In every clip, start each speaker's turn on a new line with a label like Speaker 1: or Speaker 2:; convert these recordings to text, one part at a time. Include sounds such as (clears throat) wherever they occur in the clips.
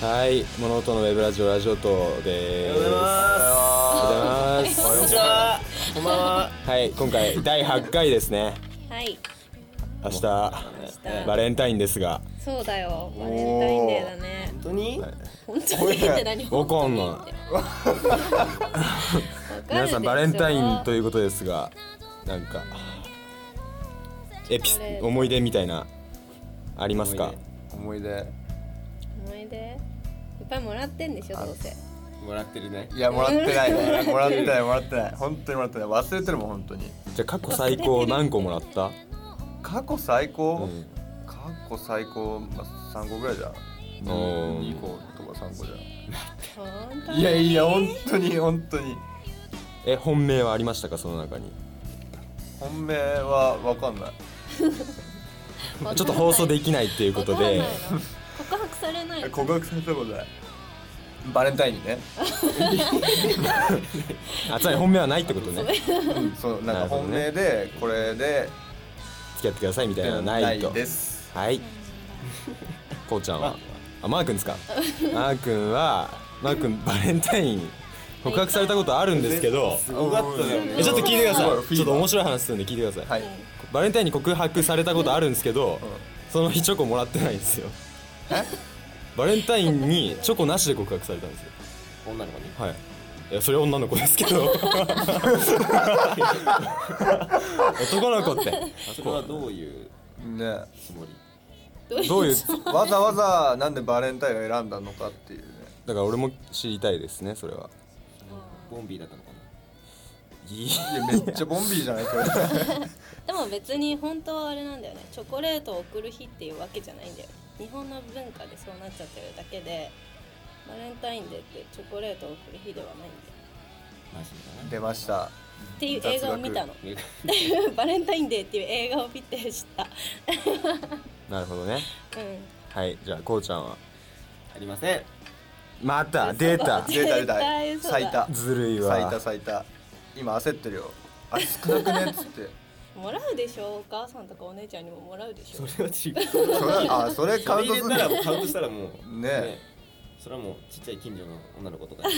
Speaker 1: はい、物音のウェブラジオラジオとでーす。おはようございます。
Speaker 2: こんにちは。こんばんは。
Speaker 1: はい、今回第8回ですね。
Speaker 3: はい
Speaker 1: 明日
Speaker 3: 明日
Speaker 1: バレンタインですが、
Speaker 3: そうだよバレンタインデーだね
Speaker 2: 本当に？
Speaker 3: 本当にって何
Speaker 1: おこんの
Speaker 3: 本当にってわかるでしょ
Speaker 1: 皆さんバレンタインということですが、なんかエピ
Speaker 3: それ
Speaker 1: 思い出みたいなありますか？
Speaker 2: 思い出
Speaker 3: 思い出いっぱいもらってんでしょどうせ
Speaker 2: もらってるね。
Speaker 4: いやもらってないねもらってないもらってない本当にもらってない忘れてるもん本当に
Speaker 1: じゃあ過去最高何個もらった？
Speaker 4: 過去最
Speaker 1: う
Speaker 4: 高、
Speaker 1: ん
Speaker 4: 過去最高、まあ、3個ぐらいじゃん
Speaker 1: おー
Speaker 4: 2個とか3個じ
Speaker 3: 本当
Speaker 4: ゃん
Speaker 3: に
Speaker 4: いやいや本当に本当に
Speaker 1: え本命はありましたかその中に？
Speaker 4: 本命は分かんない
Speaker 3: ちょ
Speaker 1: ちょっと放送できないっていうことで、
Speaker 3: 告白されないの
Speaker 4: 告白されたことないバレンタインにね、
Speaker 1: あつまり本命はないってことね。
Speaker 4: うん、そうなん
Speaker 1: なる
Speaker 4: か
Speaker 1: ほど
Speaker 4: 本
Speaker 1: ね
Speaker 4: 命でこれで
Speaker 1: 付き合ってくださいみたいなのはないと。
Speaker 4: です
Speaker 1: はい。こうちゃんは。あ、マー君ですか。マー君は、マー君バレンタイン。告白されたことあるんですけど。
Speaker 2: すごかったよ
Speaker 1: え、
Speaker 2: ね。
Speaker 1: ちょっと聞いてくだ
Speaker 4: す
Speaker 1: さ
Speaker 4: ごいフィー
Speaker 1: い。
Speaker 4: バー
Speaker 1: ちょっと面白い話するんで、聞いてください。
Speaker 4: はい
Speaker 1: バレンタインに告白されたことあるんですけど。その日チョコもらってないんですよ。バレンタインにチョコなしで告白されたんですよ。
Speaker 2: 女の子に。
Speaker 1: はい。いや、それは女の子ですけ (laughs) ど。男の子って。
Speaker 2: それはどういう
Speaker 4: ね
Speaker 2: つもり？
Speaker 1: どういう。
Speaker 4: わざわざなんでバレンタインを選んだのかっていうね
Speaker 1: だから俺も知りたいですね、それは。
Speaker 2: ボンビーだったのかな。
Speaker 1: いい
Speaker 4: いやめっちゃボンビーじゃないそれ (laughs)
Speaker 3: でも別に本当はあれなんだよねチョコレートを送る日っていうわけじゃないんだよ日本の文化でそうなっちゃってるだけでバレンタインデーってチョコレートを送る日ではないんだよ
Speaker 2: マジか
Speaker 4: 出ました
Speaker 3: っていう映画を見たの (laughs) バレンタインデーっていう映画を見て知った
Speaker 1: なるほどね。
Speaker 3: うん
Speaker 1: はい、じゃあこうちゃんは。
Speaker 2: ありません。
Speaker 1: また出た
Speaker 4: 出た出た
Speaker 3: 絶対嘘だ
Speaker 4: 咲いた
Speaker 1: ずるい
Speaker 4: 咲い
Speaker 1: わ
Speaker 4: た。咲いた今焦ってるよあれ少なくねっつって
Speaker 3: もらうでしょお母さんとかお姉ちゃんにももらうでしょ
Speaker 2: それは違う。
Speaker 4: それあそれ
Speaker 2: カ
Speaker 4: カ
Speaker 2: ウ
Speaker 4: ウ
Speaker 2: ン
Speaker 4: ン
Speaker 2: ト
Speaker 4: トす
Speaker 2: した
Speaker 4: る
Speaker 2: ら
Speaker 4: の
Speaker 2: カウントしたらもう
Speaker 4: ねえ。
Speaker 2: それはもうちっちゃい近所の女の子とかに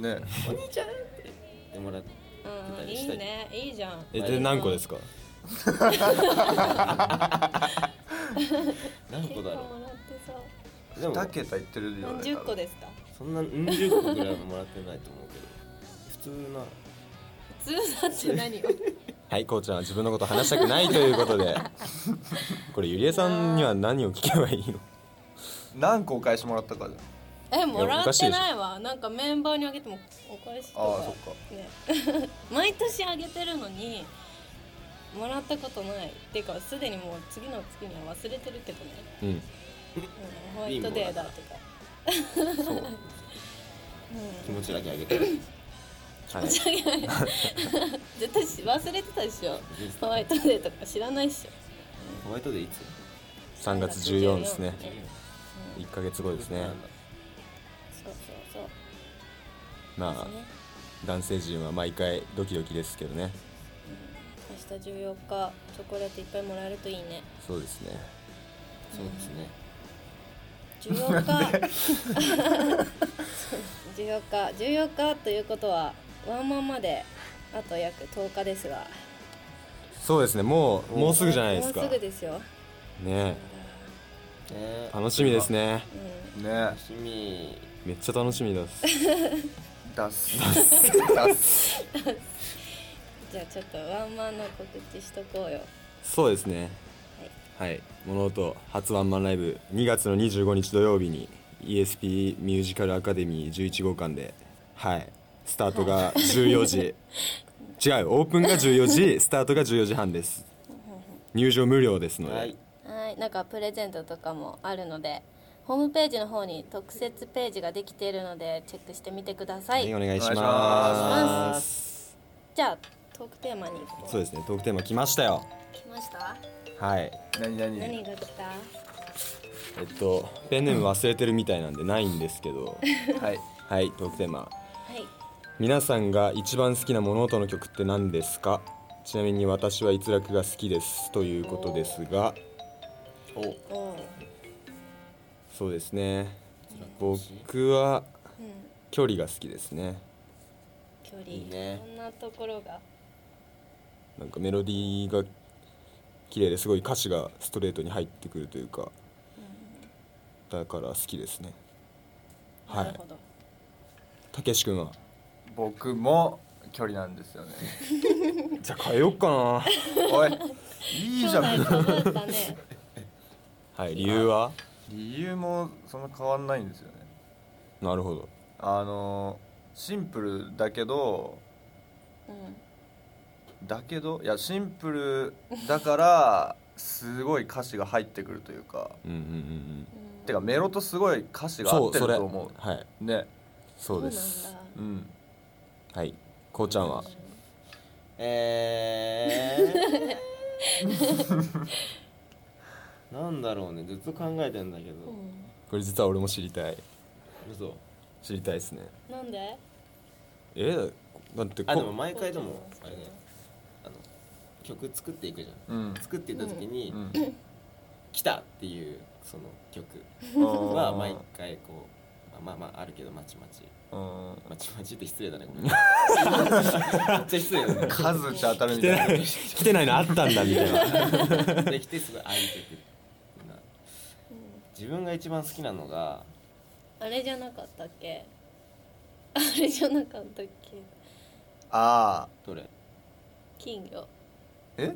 Speaker 4: ね
Speaker 2: お兄ちゃんって言ってもらって
Speaker 3: うんいいねいいじゃん
Speaker 1: え、で何個ですか。
Speaker 3: 結構もらって
Speaker 2: 何個だろ
Speaker 3: さ
Speaker 2: う。でも
Speaker 4: 2桁いってるよね
Speaker 3: 何十個
Speaker 4: で
Speaker 3: ですか
Speaker 2: そんなうん十個ぐらいはもらってないと思うけど。普通な
Speaker 3: 普通だって何よ
Speaker 1: はい、こうちゃんは自分のこと話したくないということで。これゆりえさんには何を聞けばいいの。
Speaker 4: 何個お返しもらったかじゃん
Speaker 3: えもら
Speaker 1: おか
Speaker 3: っ
Speaker 1: しい
Speaker 3: て
Speaker 1: でしょ
Speaker 3: ないわなんかメンバーにあげてもお返しとか
Speaker 4: ああそっか
Speaker 3: ね (laughs) 毎年あげてるのにもらったことないっていうかすでにもう次の月には忘れてるけどね、
Speaker 1: うん。
Speaker 3: うん、ホワイトデーだとか (laughs)
Speaker 2: そう気持ちだけあげてる。
Speaker 1: はい。
Speaker 3: 絶対し忘れてたでしょホワイトデーとか知らないっしょ
Speaker 2: ホワイトデーいつ？
Speaker 1: 三月十四ですね。
Speaker 3: うん
Speaker 1: 一ヶ月後ですね。
Speaker 3: そうそうそ
Speaker 1: ま
Speaker 3: うね
Speaker 1: あ、男性陣は毎回ドキドキですけどね。
Speaker 3: 明日14日チョコレートいっぱいもらえるといいね
Speaker 1: そうですね。
Speaker 2: そうですね。
Speaker 3: 14日 (laughs) 14日14日ということはワンマンまであと約10日ですが
Speaker 1: そうですね、もう、もうすぐじゃないですか
Speaker 3: もう。すぐですよ、
Speaker 1: ね
Speaker 2: ね
Speaker 1: え、楽しみですね。
Speaker 3: うん、
Speaker 4: ね
Speaker 2: 楽しみ。
Speaker 1: めっちゃ楽しみです。
Speaker 4: 出す出す
Speaker 3: じゃあちょっとワンマンの告知しとこうよ
Speaker 1: そうですねはい物音初ワンマンライブ2月の25日土曜日に ESP ミュージカルアカデミー11号館ではいスタートが14時違うオープンが14時スタートが14時半です入場無料ですので、
Speaker 2: はい。
Speaker 3: はいなんかプレゼントとかもあるのでホームページの方に特設ページができているのでチェックしてみてください、
Speaker 1: はいお願いし
Speaker 4: お願
Speaker 3: いしま
Speaker 1: ます
Speaker 3: じゃあトークテーマに
Speaker 1: そうですねトークテーマ来ましたよ
Speaker 3: 来ました
Speaker 1: はい
Speaker 4: 何何
Speaker 3: 何が来た
Speaker 1: えっとペンネーム忘れてるみたいなんでないんですけど
Speaker 4: はい
Speaker 1: はいトークテーマ
Speaker 3: はい
Speaker 1: 皆さんが一番好きな物音の曲って何ですかちなみに私は逸落が好きですということですが
Speaker 2: お。
Speaker 3: おう
Speaker 1: そうですね
Speaker 2: そ
Speaker 1: 僕は
Speaker 3: うん
Speaker 1: 距離が好きですね
Speaker 3: 距離
Speaker 2: いいね
Speaker 3: こんなところが
Speaker 1: なんかメロディーが綺麗ですごい歌詞がストレートに入ってくるというかだから好きですねは
Speaker 3: ないるほど、
Speaker 1: たけし君は
Speaker 4: 僕も距離なんですよね
Speaker 1: じゃあ変えよっかな
Speaker 4: おいいいじゃ
Speaker 3: 兄弟
Speaker 4: ん
Speaker 3: かぶっ
Speaker 4: (laughs)
Speaker 3: たね
Speaker 1: はい理由は
Speaker 4: 理由もそんな変わんないんですよね
Speaker 1: なるほど
Speaker 4: あのシンプルだけど
Speaker 3: うん
Speaker 4: だけどいやシンプルだからすごい歌詞が入ってくるというか
Speaker 1: うんうんうん
Speaker 3: うん
Speaker 4: てかメロとすごい歌詞
Speaker 1: うん
Speaker 4: が合
Speaker 1: そ
Speaker 4: っ
Speaker 1: う
Speaker 4: て
Speaker 1: そ
Speaker 4: る
Speaker 1: れ
Speaker 4: と思う
Speaker 1: はい
Speaker 4: ね
Speaker 1: そうです
Speaker 3: そうなんだ
Speaker 4: うん
Speaker 1: はいこうちゃんは
Speaker 2: えー、なんだろうねずっと考えてんだけ
Speaker 3: う
Speaker 2: ど、
Speaker 1: これ実は俺も知りたい
Speaker 2: 嘘
Speaker 1: 知りたいですね
Speaker 3: んなんで
Speaker 1: えだってこ
Speaker 2: あでも毎回でも
Speaker 3: こう
Speaker 2: あれねあの曲作っていくじゃん
Speaker 4: うん
Speaker 2: 作っていった時に、
Speaker 4: うん
Speaker 2: 来たっていうその曲
Speaker 4: うん
Speaker 2: は毎回こうまあまああるけどまちまち
Speaker 4: うん
Speaker 2: まちまちって失礼だ (laughs) ねごめんめっちゃ失礼だね
Speaker 4: 数打ち当たるみたい (laughs) な
Speaker 1: 来てないのあったんだみたいな
Speaker 2: できてすごい愛曲な自分が一番好きなのが
Speaker 3: あれじゃなかったっけあれじゃなかったっけ
Speaker 4: ああ
Speaker 2: どれ
Speaker 3: 金魚
Speaker 4: え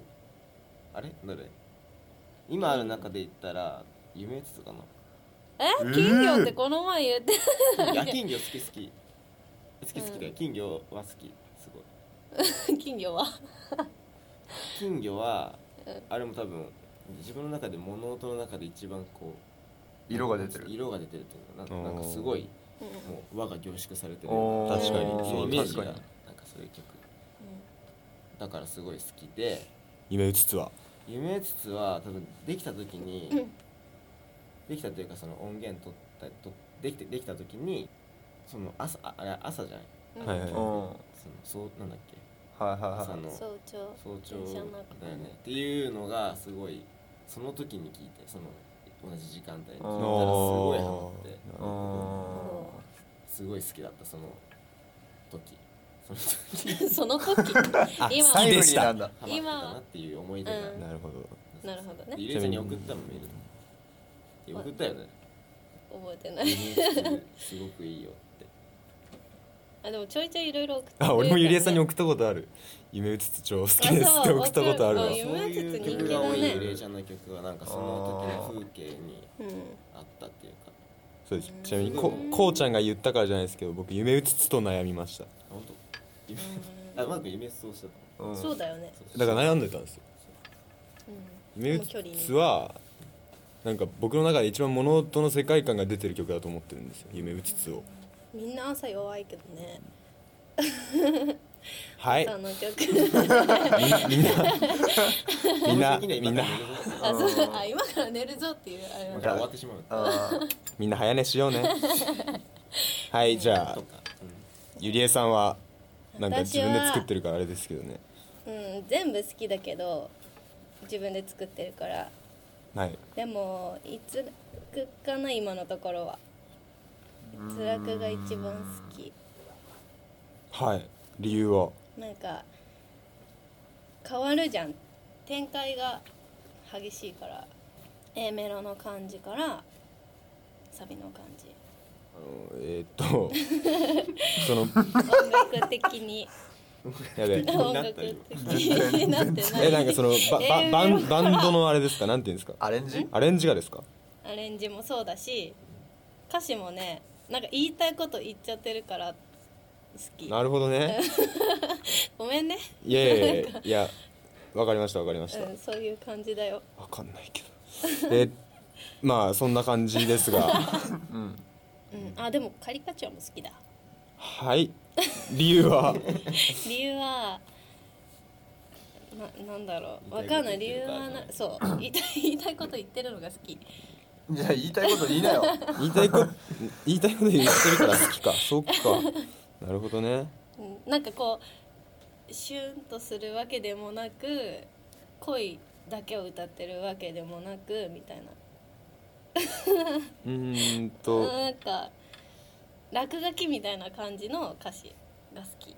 Speaker 2: あれどれ今ある中で言ったら夢つつ
Speaker 4: (laughs)
Speaker 2: かな
Speaker 3: え
Speaker 4: ー
Speaker 3: 金魚ってこの前言って
Speaker 2: いや金魚好き好き好き好きだよ金魚は好きすごい
Speaker 3: 金魚は
Speaker 2: 金魚は
Speaker 3: うん
Speaker 2: あれも多分自分の中で物音の中で一番こう
Speaker 4: 色が出てる
Speaker 2: 色が出てるっていうかな
Speaker 1: おー
Speaker 2: なんかすごい
Speaker 3: うん
Speaker 2: もう輪が凝縮されてる
Speaker 4: お
Speaker 1: ー確かに
Speaker 2: そうイメージが
Speaker 4: 確か
Speaker 2: なんかそういう曲だからすごい好きで
Speaker 1: 夢うつつは
Speaker 2: 夢つつは多分できた時に、
Speaker 3: うん
Speaker 2: できたというかその音源取ったとできてできた時にその朝ああれ朝じゃな
Speaker 1: はい
Speaker 3: うん
Speaker 2: い
Speaker 1: は
Speaker 4: う
Speaker 1: い
Speaker 4: んはい
Speaker 2: そのそうなんだっけ
Speaker 4: はい
Speaker 2: 朝
Speaker 4: は
Speaker 2: の早
Speaker 3: 早朝
Speaker 2: 朝
Speaker 3: 電車
Speaker 2: だよ
Speaker 3: の中
Speaker 2: ねっていうのがすごいその時に聞いてその同じ時間帯に聞いたら
Speaker 4: あ
Speaker 2: すごいハマって
Speaker 4: いうん
Speaker 2: すごい好きだったその時その時
Speaker 3: (laughs) その時
Speaker 1: あ
Speaker 3: 今
Speaker 1: 好きでした
Speaker 4: タイムリーな
Speaker 1: なん
Speaker 4: だ
Speaker 2: ハマってたなっていう思い出が、
Speaker 3: 今
Speaker 1: るほど
Speaker 3: なるほどね
Speaker 2: でゆりえちゃんに送ったもんメールで送ったよね
Speaker 3: 覚えて
Speaker 2: (laughs)
Speaker 3: ない
Speaker 2: すごくいいよって
Speaker 3: あでもちょいちょいいろいろ送ってくれる
Speaker 1: あ俺もゆりえさんに
Speaker 3: よね
Speaker 1: 送ったことある夢うつつ超好きですって送ったことあるわ
Speaker 3: あそう
Speaker 2: そういう曲が多いゆりえちゃんの曲はなんかその時の風景に
Speaker 3: うん
Speaker 2: あったっていうか
Speaker 1: そうですちなみにここうちゃんが言ったからじゃないですけど僕夢うつつと悩みました
Speaker 2: 本当夢あうまく夢想してた
Speaker 4: うん
Speaker 3: そうだよね。
Speaker 1: だから悩んでたんですよ
Speaker 3: うん。
Speaker 1: 夢うつつはなんか僕の中で一番物音の世界観が出てる曲だと思ってるんですよ夢うつつを
Speaker 3: みんな朝弱いけどね。
Speaker 1: はい
Speaker 3: 朝の曲。
Speaker 1: みんなみんな
Speaker 2: (laughs)
Speaker 1: みんな
Speaker 3: あ、そう。あ、今から寝るぞっていうあれなんだ。
Speaker 2: だから (laughs) 終わってしまう
Speaker 4: あ
Speaker 1: みんな早寝しよう
Speaker 3: (laughs)
Speaker 1: ねはいじゃあ
Speaker 2: とか
Speaker 1: ゆりえさんはなんか
Speaker 3: 私
Speaker 1: 自
Speaker 3: は
Speaker 1: 分で作ってるからあれですけどね
Speaker 3: うん、全部好きだけど自分で作ってるから。
Speaker 1: はい
Speaker 3: でもいつ楽かな今のところは。 (laughs) つらくが一番好き。
Speaker 1: はい理由は
Speaker 3: なんか変わるじゃん展開が激しいから A メロの感じからサビの感じ
Speaker 1: あのえーっ
Speaker 3: (laughs)
Speaker 1: とその
Speaker 3: 音楽的に
Speaker 1: やべえ
Speaker 2: に
Speaker 3: 音
Speaker 2: なっ
Speaker 3: 楽
Speaker 2: た今
Speaker 3: 的に (laughs) なってない
Speaker 1: えなんかそのばばバンバンドのあれですかなんていうんですか
Speaker 4: ーアレンジ
Speaker 1: アレンジがですか
Speaker 3: アレンジもそうだし歌詞もねなんか言いたいこと言っちゃってるから好き
Speaker 1: なるほど
Speaker 3: (laughs)
Speaker 1: ね
Speaker 3: ごめんね
Speaker 1: いやいやいやいやわかりましたわかりました
Speaker 3: うんそういう感じだよ
Speaker 1: わかんないけどでまあそんな感じです
Speaker 3: (laughs)
Speaker 1: が
Speaker 4: うん
Speaker 3: うんあでもカリカチュアも好きだ
Speaker 1: はい理由は
Speaker 3: 理由はななんだろうわ
Speaker 2: 言
Speaker 3: か
Speaker 2: いたいこと
Speaker 3: んない理
Speaker 2: 言っ
Speaker 3: 由
Speaker 2: てるから
Speaker 3: はな
Speaker 2: じゃない
Speaker 3: そう言いたい言いたいこと言ってるのが (clears throat) 好き
Speaker 4: じゃあ言いたいこと言いなよ
Speaker 1: 言いたいこと言いたいこと言ってるから好きかそっかなるほどね
Speaker 3: うんなんかこうシュンとするわけでもなく恋だけを歌ってるわけでもなくみたいな
Speaker 1: うーん
Speaker 3: うん
Speaker 1: と
Speaker 3: なんか落書きみたいな感じの歌詞が好き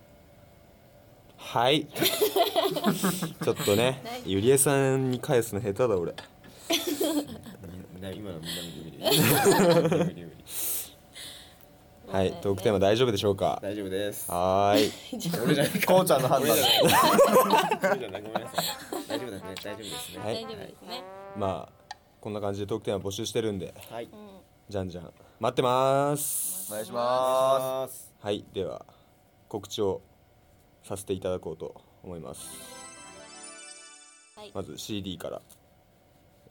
Speaker 1: はいちょっとね
Speaker 3: ない
Speaker 1: ゆりえさんに返すの下手だ俺
Speaker 2: みんな今のみんな無理無理無理無理無理
Speaker 1: はいトークテーマ大丈夫でしょうか
Speaker 2: 大丈夫です
Speaker 1: はーい
Speaker 2: 俺じゃない
Speaker 4: こうちゃんの判断で
Speaker 2: 俺じゃないごめんなさい大丈夫だね大丈夫ですね
Speaker 1: はい
Speaker 3: 大丈夫ですね、
Speaker 1: まあこんな感じでトークテーマ募集してるんで
Speaker 2: はい
Speaker 3: うん
Speaker 1: じゃんじゃん待ってます
Speaker 4: お願いしま
Speaker 2: ます
Speaker 1: はいでは告知をさせていただこうと思います
Speaker 3: はい
Speaker 1: まず CD から、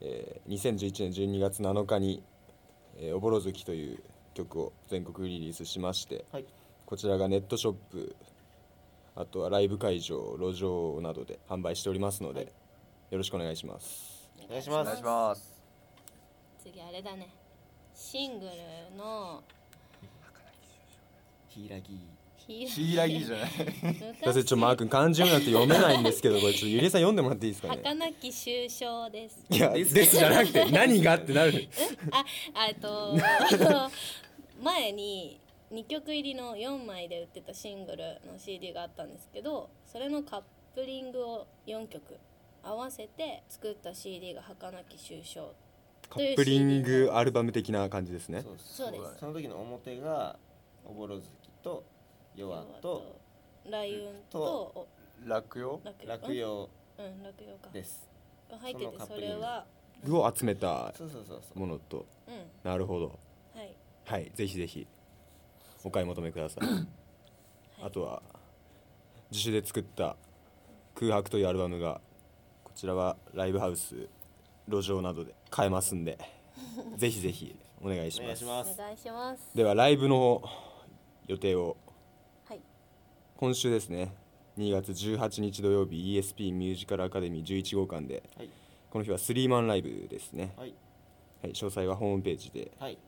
Speaker 1: えー2011年12月7日に「えーおぼろ月」という曲を全国リリースしまして
Speaker 2: はい
Speaker 1: こちらがネットショップあとはライブ会場路上などで販売しておりますので、
Speaker 2: はい
Speaker 1: よろしくお願いします
Speaker 2: お願いし
Speaker 4: すお
Speaker 2: ま
Speaker 4: 願いし
Speaker 2: す
Speaker 4: ます
Speaker 3: 次あれだねシングルの
Speaker 2: ひらぎ
Speaker 3: ヒー
Speaker 4: ヒイラギじゃない
Speaker 1: だってちょっとマー君漢字読むなんて読めないんですけ (laughs) どこれちょっとゆりえさん読んでもらっていいですかね
Speaker 3: 儚なき終
Speaker 1: (laughs)
Speaker 3: 章です
Speaker 1: いやですじゃなくて何がってなる
Speaker 3: あ、あえっと前に2曲入りの4枚で売ってたシングルの CD があったんですけどそれのカップリングを4曲合わせて作った CD が「儚き終章
Speaker 1: カップリングアルバム的な感じですね
Speaker 2: そう
Speaker 3: そうです
Speaker 2: だねその時の表がおぼろ月と」弱と
Speaker 3: ライオンと
Speaker 4: 落葉
Speaker 3: お落葉
Speaker 2: 落葉
Speaker 3: うん落葉か
Speaker 2: です
Speaker 3: が入って
Speaker 2: そ
Speaker 3: て
Speaker 2: のカッ
Speaker 3: そ
Speaker 2: プリン
Speaker 3: れ
Speaker 2: グ
Speaker 3: は
Speaker 1: 具を集めた
Speaker 2: そうそうそうそう
Speaker 1: ものと
Speaker 3: うん
Speaker 1: なるほど
Speaker 3: はい
Speaker 1: はいぜひぜひお買い求めください、あとは自主で作った「空白」というアルバムがこちらはライブハウス路上などで買えますん
Speaker 2: (laughs)
Speaker 1: でぜひぜひお願いし
Speaker 2: お願
Speaker 1: ま
Speaker 2: いし
Speaker 1: す
Speaker 2: ます
Speaker 3: お願いします
Speaker 1: ではライブの予定を
Speaker 3: はい
Speaker 1: 今週ですね2月18日土曜日 ESP ミュージカルアカデミー11号館で
Speaker 2: はい
Speaker 1: この日はスリーマンライブですね、
Speaker 2: はい
Speaker 1: はい、詳細はホームページで、
Speaker 2: はい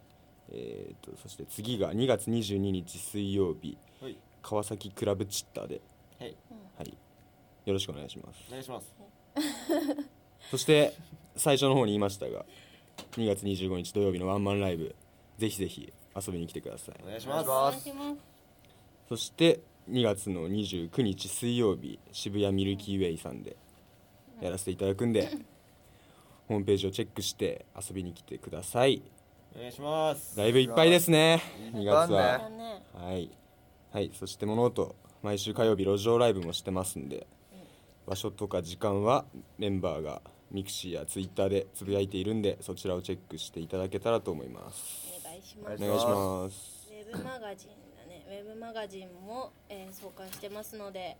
Speaker 1: えー、とそして次が2月22日水曜日
Speaker 2: はい
Speaker 1: 川崎クラブチッターで、
Speaker 2: はい
Speaker 1: はい、よろしくお願いします
Speaker 2: お願いします
Speaker 1: そして最初の方に言いましたが2月25日土曜日のワンマンライブぜひぜひ遊びに来てください
Speaker 2: お願いします
Speaker 4: お願いし
Speaker 3: お願いしま
Speaker 1: そして2月の29日水曜日渋谷ミルキーウェイさんでやらせていただくんで、ホームページをチェックして遊びに来てください
Speaker 2: お願いします
Speaker 1: ライブいっぱいですね2月
Speaker 4: いっぱいあ
Speaker 1: は
Speaker 4: んね
Speaker 3: すだね
Speaker 1: はい、はい、そして物音毎週火曜日路上ライブもしてますんで場所とか時間はメンバーがミクシーやツイッターでつぶやいているんでそちらをチェックしていただけたらと思います
Speaker 3: お願いし
Speaker 4: お
Speaker 3: ま
Speaker 4: 願い
Speaker 3: す
Speaker 1: お願いします
Speaker 3: ウェブマガジンだね。ウェブマガジンも、えー創刊してますので、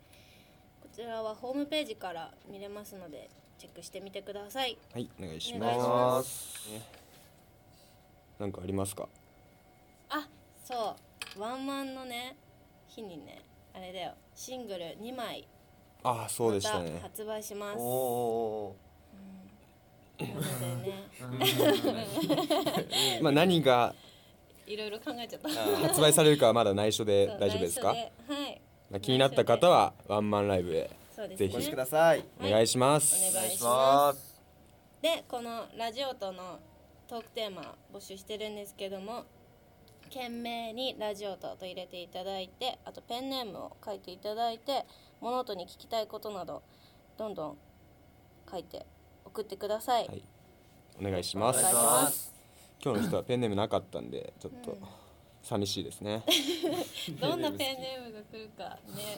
Speaker 3: こちらはホームページから見れますので、チェックしてみてください。
Speaker 1: はいお願いし
Speaker 3: お願いし
Speaker 1: ま
Speaker 3: ます
Speaker 1: なんかありますか
Speaker 3: あ、そう、ワンマンのね、日にね、あれだよ、シングル2枚、
Speaker 1: ああそう
Speaker 3: ま
Speaker 1: でしたたね
Speaker 3: 発売します。
Speaker 4: お
Speaker 3: な
Speaker 4: お
Speaker 3: のでね、
Speaker 1: まあ何が
Speaker 3: いろいろ考えちゃった。
Speaker 1: 発売されるかはまだ内緒で
Speaker 3: そう
Speaker 1: 大丈夫ですか
Speaker 3: 内緒ではい。
Speaker 1: まあ気になった方はワンマンライブへ
Speaker 3: そうです
Speaker 1: ぜ
Speaker 3: ね
Speaker 1: ひ
Speaker 2: お越しください
Speaker 1: お願いします、
Speaker 3: お願い
Speaker 4: お願いし
Speaker 3: お願
Speaker 4: ま
Speaker 3: いしますでこのラジオとのトークテーマ募集してるんですけども懸命に「ラジオと」と入れていただいてあとペンネームを書いていただいて物音に聞きたいことなどどんどん書いて送ってください、
Speaker 1: はいお願いします
Speaker 3: お願いします
Speaker 1: 今日の人はペンネームなかったんでちょっと寂しいですね、
Speaker 3: どんなペンネームが来るかね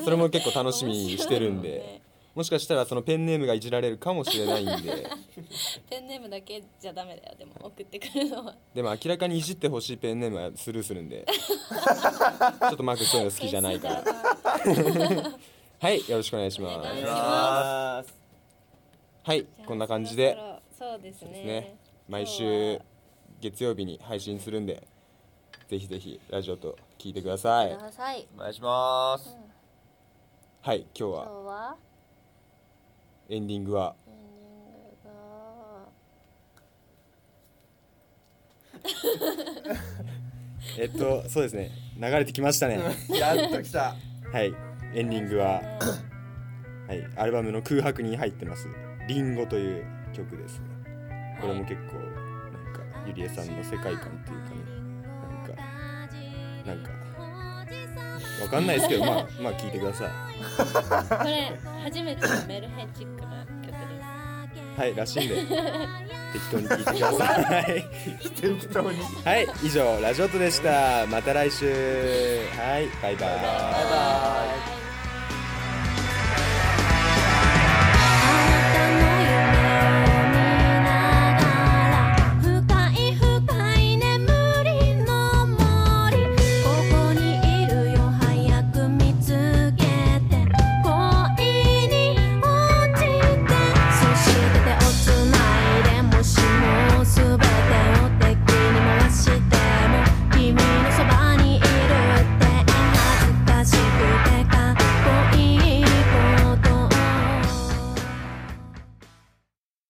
Speaker 1: そそれも結構楽しみにしてるんで、
Speaker 3: 面白いね
Speaker 1: もしかしたらそのペンネームがいじられるかもしれないんで
Speaker 3: ペンネームだけじゃダメだよでも送ってくるのは
Speaker 1: でも明らかにいじってほしいペンネームはスルーするんでちょっとマークそういうの好きじゃない
Speaker 3: (laughs)
Speaker 1: から
Speaker 3: ペンスだな
Speaker 1: はいよろしくお願いし
Speaker 3: お
Speaker 1: ま
Speaker 3: 願い
Speaker 1: す
Speaker 3: し
Speaker 2: ます
Speaker 1: はい
Speaker 3: じゃあ
Speaker 1: こんな感じで
Speaker 3: そろそろそうです
Speaker 1: そう
Speaker 3: ね
Speaker 1: ですね毎
Speaker 3: 今日
Speaker 1: 週
Speaker 3: は
Speaker 1: 月曜日に配信するんでぜひぜひラジオと聞いてください
Speaker 3: ください
Speaker 4: お願いします
Speaker 1: はい今日
Speaker 3: 今日
Speaker 1: は
Speaker 3: は
Speaker 1: エンディングは
Speaker 3: エンディングが
Speaker 1: えっとそうですね流れてきました (laughs) ね
Speaker 4: やっと来た
Speaker 1: はい、エンディングは、はい、アルバムの空白に入ってます「リンゴという曲ですね。これも結構、かゆりえさんの世界観っていうかねなんかなんかわかんないですけどまあまあ聞いてください
Speaker 3: これ初めてのメルヘンチックな曲です
Speaker 1: はいらしいんで適
Speaker 3: (laughs)
Speaker 1: 当に聞いてください
Speaker 2: 適当に
Speaker 1: はい以上ラジオットでしたまた来週はいバイバイ
Speaker 2: バイバイ